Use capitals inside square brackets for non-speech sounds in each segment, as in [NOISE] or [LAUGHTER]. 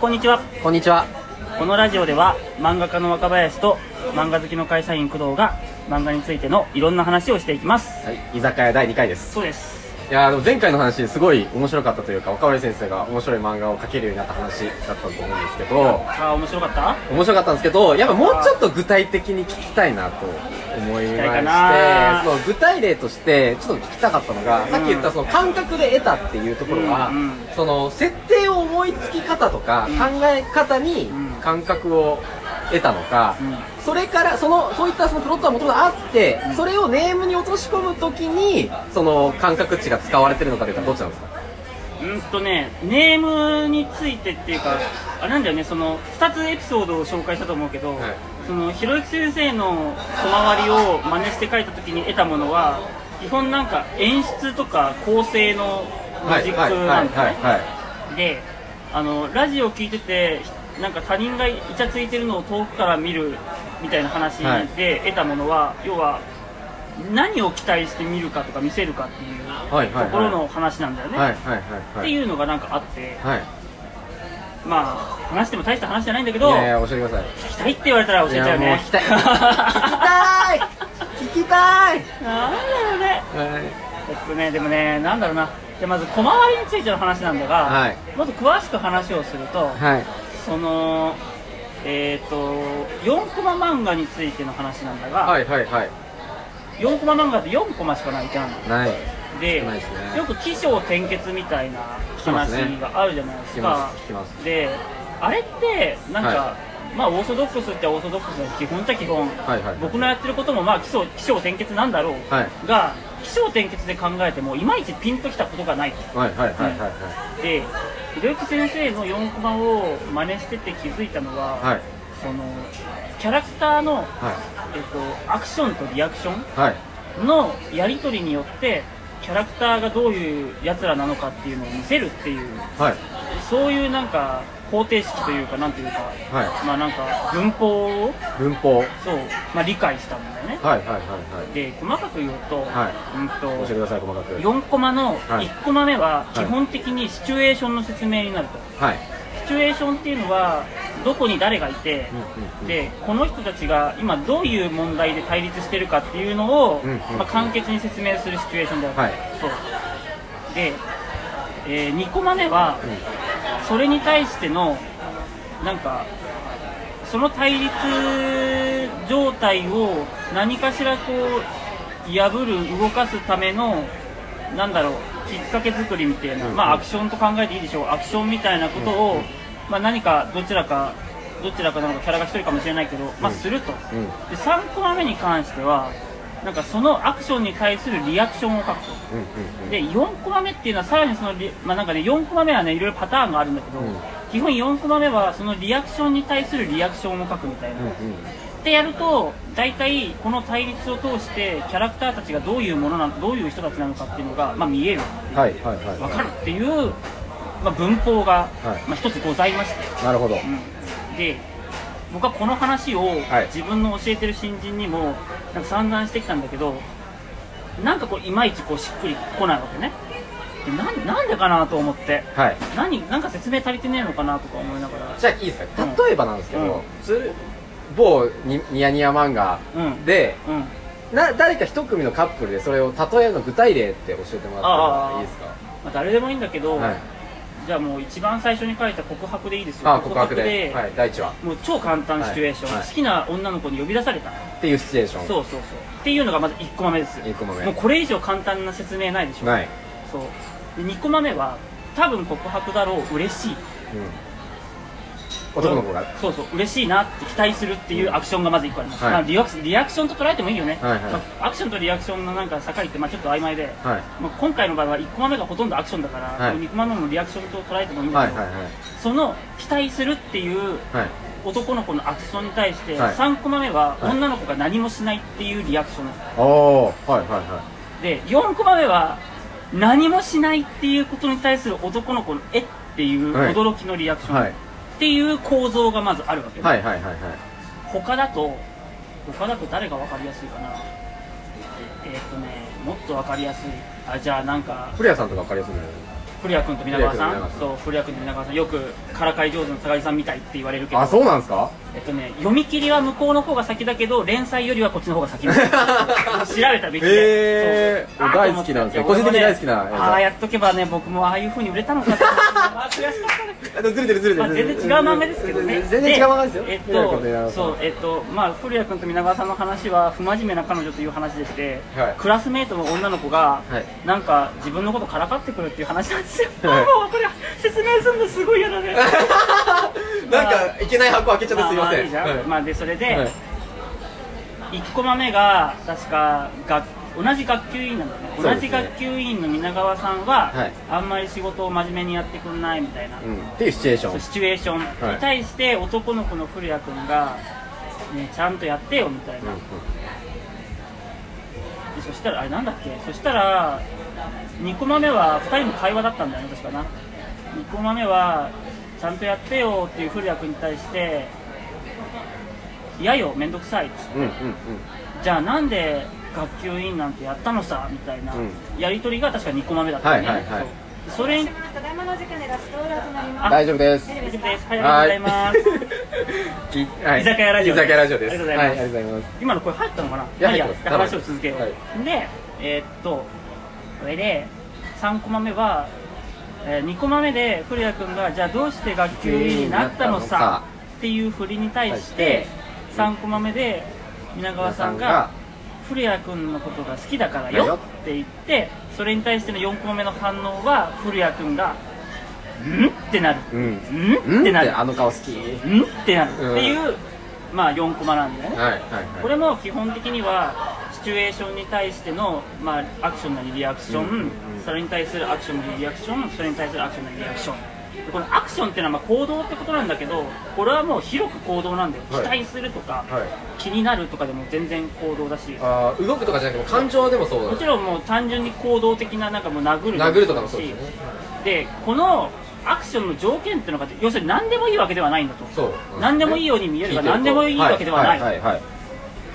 こんにちはこんにちは。このラジオでは漫画家の若林と漫画好きの会社員工藤が漫画についてのいろんな話をしていきますはい、居酒屋第2回です。そうですいやーでも前回の話、すごい面白かったというか、若林先生が面白い漫画を描けるようになった話だったと思うんですけど、ああ面白かった面白かったんですけど、やっぱもうちょっと具体的に聞きたいなと思い聞きたいかまなして、その具体例としてちょっと聞きたかったのが、さっき言ったその感覚で得たっていうところは、うんうんその設定を思いつき方とか、うん考え方にうん感覚を得たのか、うんそれからそのそういったそのプロットはもともとあって、それをネームに落とし込むときにその感覚値が使われてるのかというかどっちなんですかうんとねネームについてっていうかあれなんだよねその2つエピソードを紹介したと思うけど、はいそのひろゆき先生の小回りを真似して書いた時に得たものは基本なんか演出とか構成のロジックなんだよねはいであのラジオ聞いててなんか他人がイチャついてるのを遠くから見るみたいな話はいで得たものは、要は何を期待して見るかとか見せるかっていうはいはいところの話なんだよね、はいはいはいはっていいうのがなんかあってはいまあ話しても大した話じゃないんだけどいやいや、教えてください。聞きたいって言われたら教えちゃういやもうね聞きた [LAUGHS] い聞きたい聞きたいなんだろうねはえっとねでもねなんだろうなじゃあまず小回りについての話なんだが、はいもっと詳しく話をすると、い。はい。そのえっ、と4コマ漫画についての話なんだが、はいはいはい。 4コマ漫画って4コマしかないじゃんない。で少ないですねよく起承転結みたいな聞きま話すねがあるじゃないで聞すきかます。聞きます。であれってなんか、はまあオーソドックスってオーソドックスの基本っちゃ基本、はいはい。僕のやってることもまあ起承起承転結なんだろう、はいが起承転結で考えてもいまいちピンときたことがないはいはいはいはいはでひろゆき先生の4コマを真似してて気づいたのは、い。はい。そのキャラクターの、はい。えっと、アクションとリアクショはい。ンのやり取りによってキャラクターがどういうやつらなのかっていうのを見せるっていうはい。そういうなんか方程式というかなんていうか、はまあなんか文法をい。文法。はいそう、まあ、理解したんだよねはいはいはい。で細かく言うと、はいうん教えてとください、細かく。 4コマのはい1コマ目はは基い本的にシチュエーションの説明になると、はい。シチュエーションっていうのはどこに誰がいて、うんうんうんでこの人たちが今どういう問題で対立してるかっていうのを、うんうんまあ、簡潔に説明するシチュエーションである、はいそうで、え2コマ目はうんそれに対してのなんかその対立状態を何かしらこう破る動かすためのなんだろうきっかけ作りみたいな、うんまあアクションと考えていいでしょうアクションみたいなことを、うんうんまあ、何かどちらかどちらかなんかキャラが1人かもしれないけど、まあ、うんすると、うんで3コマ目に関してはなんかそのアクションに対するリアクションを書くと。うんうんうん。で4コマ目っていうのはさらにそのリ、まあ、なんかね4コマ目はねいろいろパターンがあるんだけど、うん基本4コマ目はそのリアクションに対するリアクションを書くみたいな、うんうん。ってやると大体この対立を通してキャラクターたちがどういうものなどういう人たちなのかっていうのが、まあ、見えるっていうはいはいはい。わかるっていう、まあ、文法が、はいまあ、一つございまして、なるほど。うん、で僕はこの話をはい自分の教えてる新人にもなんか散々してきたんだけどなんかこういまいちこうしっくりこないわけねでなんなんでかなと思ってはい。何なんか説明足りてねえのかなとか思いながらじゃあいいですかうん例えばなんですけうんど、つ某にニヤニヤ漫画うんで、うんな誰か一組のカップルでそれを例えるの具体例って教えてもらってもいいですかまあ、誰でもいいんだけど、はいじゃあもう一番最初に書いた告白でいいですよあ告白ではい第一話もう超簡単シチュエーション、はいはい好きな女の子に呼び出されたっていうシチュエーションそうそうそうっていうのがまず1個目です1個目もうこれ以上簡単な説明ないでしょない、そうで2コマ目は多分告白だろう嬉しいうん、男の子がそうそう嬉しいなって期待するっていうアクションがまず1個あります、はいまあ、リアクシリアクションと捉えてもいいよね、はいはいまあアクションとリアクションのなんか境ってまあちょっと曖昧で、はいまあ、今回の場合は1コマ目がほとんどアクションだから、はい2コマ目もリアクションと捉えてもいいんだはけいど、はいはいその期待するっていうはい男の子のアクションに対して、はい3コマ目ははい女の子が何もしないっていうリアクションなんですおおはいはいはで4コマ目は何もしないっていうことに対する男の子の「えっ?」ていうはい驚きのリアクション、はいっていう構造がまずあるわけ、いはいはいはいはい他だと他だと誰が分かりやすいかなえーっとねもっと分かりやすいあじゃあなんか古谷さんとか分かりやすいんじゃない古谷君と皆川さん古谷君と皆川さんそう古谷君と皆川さんよくからかい上手の高木さんみたいって言われるけどあ、そうなんですかえっとね読み切りは向こうの方が先だけど連載よりはこっちの方が [LAUGHS] 先みたいな調べたべきへー大好きなんですね個人的に大好きな映像ああやっとけばね僕もああいう風に売れたのか [LAUGHS] ってあー悔しかったねずれてるずれてまあ、る。全然違う漫画ですけどね全然違う漫画ですよ。えっ古谷君と皆川とさんそうえっとまあ古谷君と皆川さんの話は不真面目な彼女という話でして、はいクラスメートの女の子が、はいなんか自分のことからかってくるっていう話なんですよ、はい [LAUGHS] もうこれ説明するのすごい嫌だねなんか、いけない箱開けちゃってますあいままあせいいん。じゃん、はいまあでそれで、はい1個目が確か学同じ学級委員なんだよねそう同ですじね学級委員の皆川さんは、はいあんまり仕事を真面目にやってくんないみたいな、うんっていうシチュエーション。シチュエーションに対して男の子の古谷君が、ね、ちゃんとやってよみたいな、でそしたらあれなんだっけそしたら2コマ目は2人の会話だったんだよね確かな2コマ目はちゃんとやってよっていう古谷君に対して嫌よめんどくさいっつってうんうんうんじゃあなんで学級委員なんてやったのさみたいなうんやり取りが確か2コマ目だったよね、はいはいはいそうそれにただいまのお時間でラストオーダーとなります。あ大丈夫です。大丈夫ですあり [LAUGHS] がとうございますます。きはい居酒屋ラジオ居酒屋ラジオです。ありがとうございますはありがとうございます。今の声入ったのかないやまあいいや入ってます話を続けよう、はいでえーっとそれで3コマ目は、え2コマ目で古谷君がじゃあどうして学級委員になったのさっていう振りに対して3コマ目で皆川さんが古谷君のことが好きだからよって言ってそれに対しての4コマ目の反応は古谷君が「ん?」ってなるうん。 「ん?」ってなるあの顔好「き。ん?」ってなるっていうまあ4コマなんだよねはいはいはい。これも基本的にはシチュエーションに対しての、まあ、アクションなりリアクション、うんうんうんそれに対するアクションなりリアクションそれに対するアクションなりリアクションでこのアクションっていうのはまあ行動ってことなんだけどこれはもう広く行動なんだよ、はい期待するとか、はい。気になるとかでも全然行動だしあー動くとかじゃなくて、感情でもそうだもちろんもう単純に行動的ななんかもう殴る殴るとかもだしそうですよね。でこのアクションの条件っていうのが要するに何でもいいわけではないんだとそう。何でもいいように見えるが何でもいいわけではないはいはいはい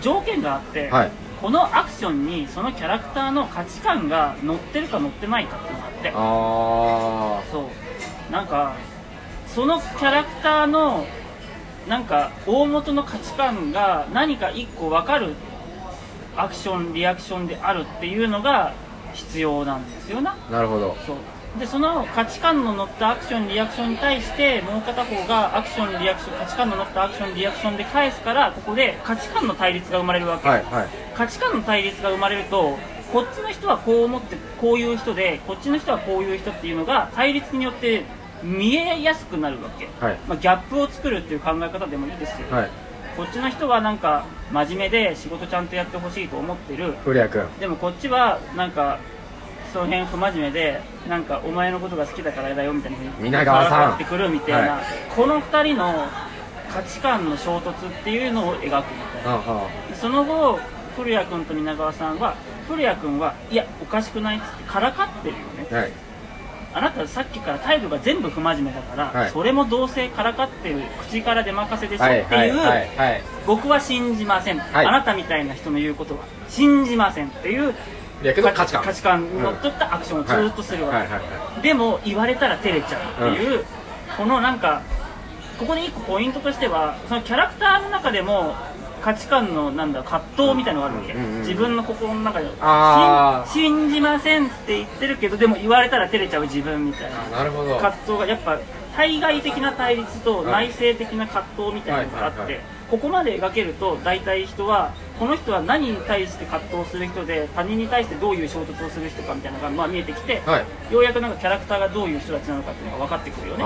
条件があって、はいこのアクションにそのキャラクターの価値観が乗ってるか乗ってないかっていうのがあってあそうなんかそのキャラクターのなんか大元の価値観が何か一個分かるアクションリアクションであるっていうのが必要なんですよなあなるほどそうでその価値観の乗ったアクションリアクションに対してもう片方がアクションリアクション価値観の乗ったアクションリアクションで返すからここで価値観の対立が生まれるわけ、はいはい価値観の対立が生まれるとこっちの人はこう思ってこういう人でこっちの人はこういう人っていうのが対立によって見えやすくなるわけ、はいまあ、ギャップを作るっていう考え方でもいいですよ、はいこっちの人はなんか真面目で仕事ちゃんとやってほしいと思ってる古谷君でもこっちはなんかその辺不真面目でなんかお前のことが好きだからだよみたいな風に皆川さんからかってくるみたいな、はこの2人の価値観の衝突っていうのを描くみたいなああその後古谷君と皆川さんは古谷君はいやおかしくないっつってからかってるよねあはいあなたさっきから態度が全部不真面目だから、はいそれもどうせからかってる口から出任せでしょっはてい、いうはいはいはい僕は信じません、はいあなたみたいな人の言うことは信じませんっていう古谷君の価値観価値観にのっとったアクションをずーっとするわけ、はいはいはいはでも言われたら照れちゃうっていう、このなんかここで一個ポイントとしてはそのキャラクターの中でも価値観のなんだ葛藤みたいなのがあるわけ、うんうんうんうん自分の心の中であー信信じませんって言ってるけどでも言われたら照れちゃう自分みたいいななるほど葛藤がやっぱ対外的な対立とは内い政的な葛藤みたいなのがあって、はいはいはいここまで描けると大体人はこの人は何に対して葛藤する人で他人に対してどういう衝突をする人かみたいなのがまあ見えてきて、はいようやくなんかキャラクターがどういう人たちなのかっていうのが分かってくるよね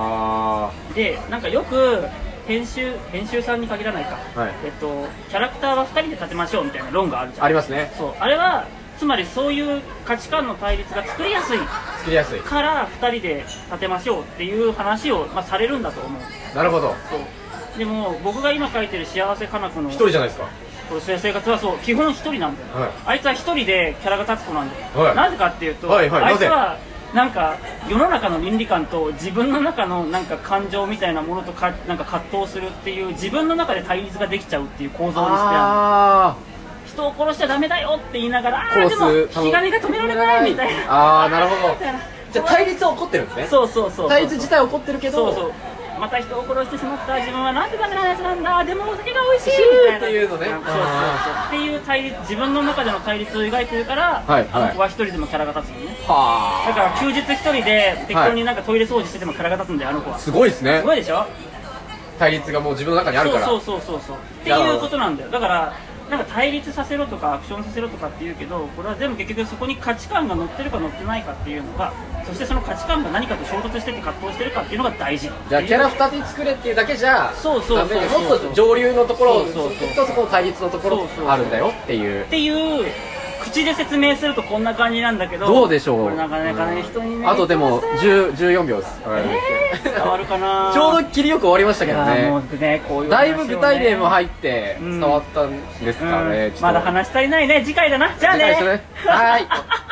あでなんかよく編集編集さんに限らないか、はいえっと、キャラクターは2人で立てましょうみたいな論があるじあゃんありますねそうあれはつまりそういう価値観の対立が作りやすい作りやすいから2人で立てましょうっていう話を、まあ、されるんだと思うなるほどそうでも僕が今書いてる「幸せかな子」の一人じゃないですかこの生活はそう基本一人なんだよ、はいあいつは一人でキャラが立つ子なんだよ、はいなぜかっていうと、はいはいあいつなはなんか世の中の倫理観と自分の中のなんか感情みたいなものとかなんか葛藤するっていう自分の中で対立ができちゃうっていう構造にしてあある人を殺しちゃダメだよって言いながらああ殺ですも引き金が止められないみたいなあーなるほどみたいなじゃあ対立は起こってるんですね [LAUGHS] そうそうそう対立自体は起こってるけそどうそうまた人を殺してしまった自分はなんてダメなやつなんだでもお酒が美味しいみたいなっていうのねそうそうそうっていう対立自分の中での対立を描いてるから、はいあの子は一人でもキャラが立つのねだはあから休日一人で適当になんかトイレ掃除しててもキャラが立つんだよあの子はすすごいですねごいでしょ対立がもう自分の中にあるからそうそうそうそうそうっていうことなんだよだからなんか対立させろとかアクションさせろとかっていうけどこれは全部結局そこに価値観が乗ってるか乗ってないかっていうのがそしてその価値観が何かと衝突してて葛藤してるかっていうのが大事じゃあキャラ二つ作れっていうだけじゃそうそうそうダメでもっと上流のところをずそうそうそうっとそこの対立のとこそうそうそうろあるんだよっていうっていう口で説明するとこんな感じなんだけどどうでしょうこれなかなかね人にねあとでも10 14秒です、伝わるかなちょうど切りよく終わりましたいけどやーもねうねこういうだいぶ具体例も入入って伝わったんですかね、ちょっとまだ話足りないね次回だなじゃあ次回ねですねはーい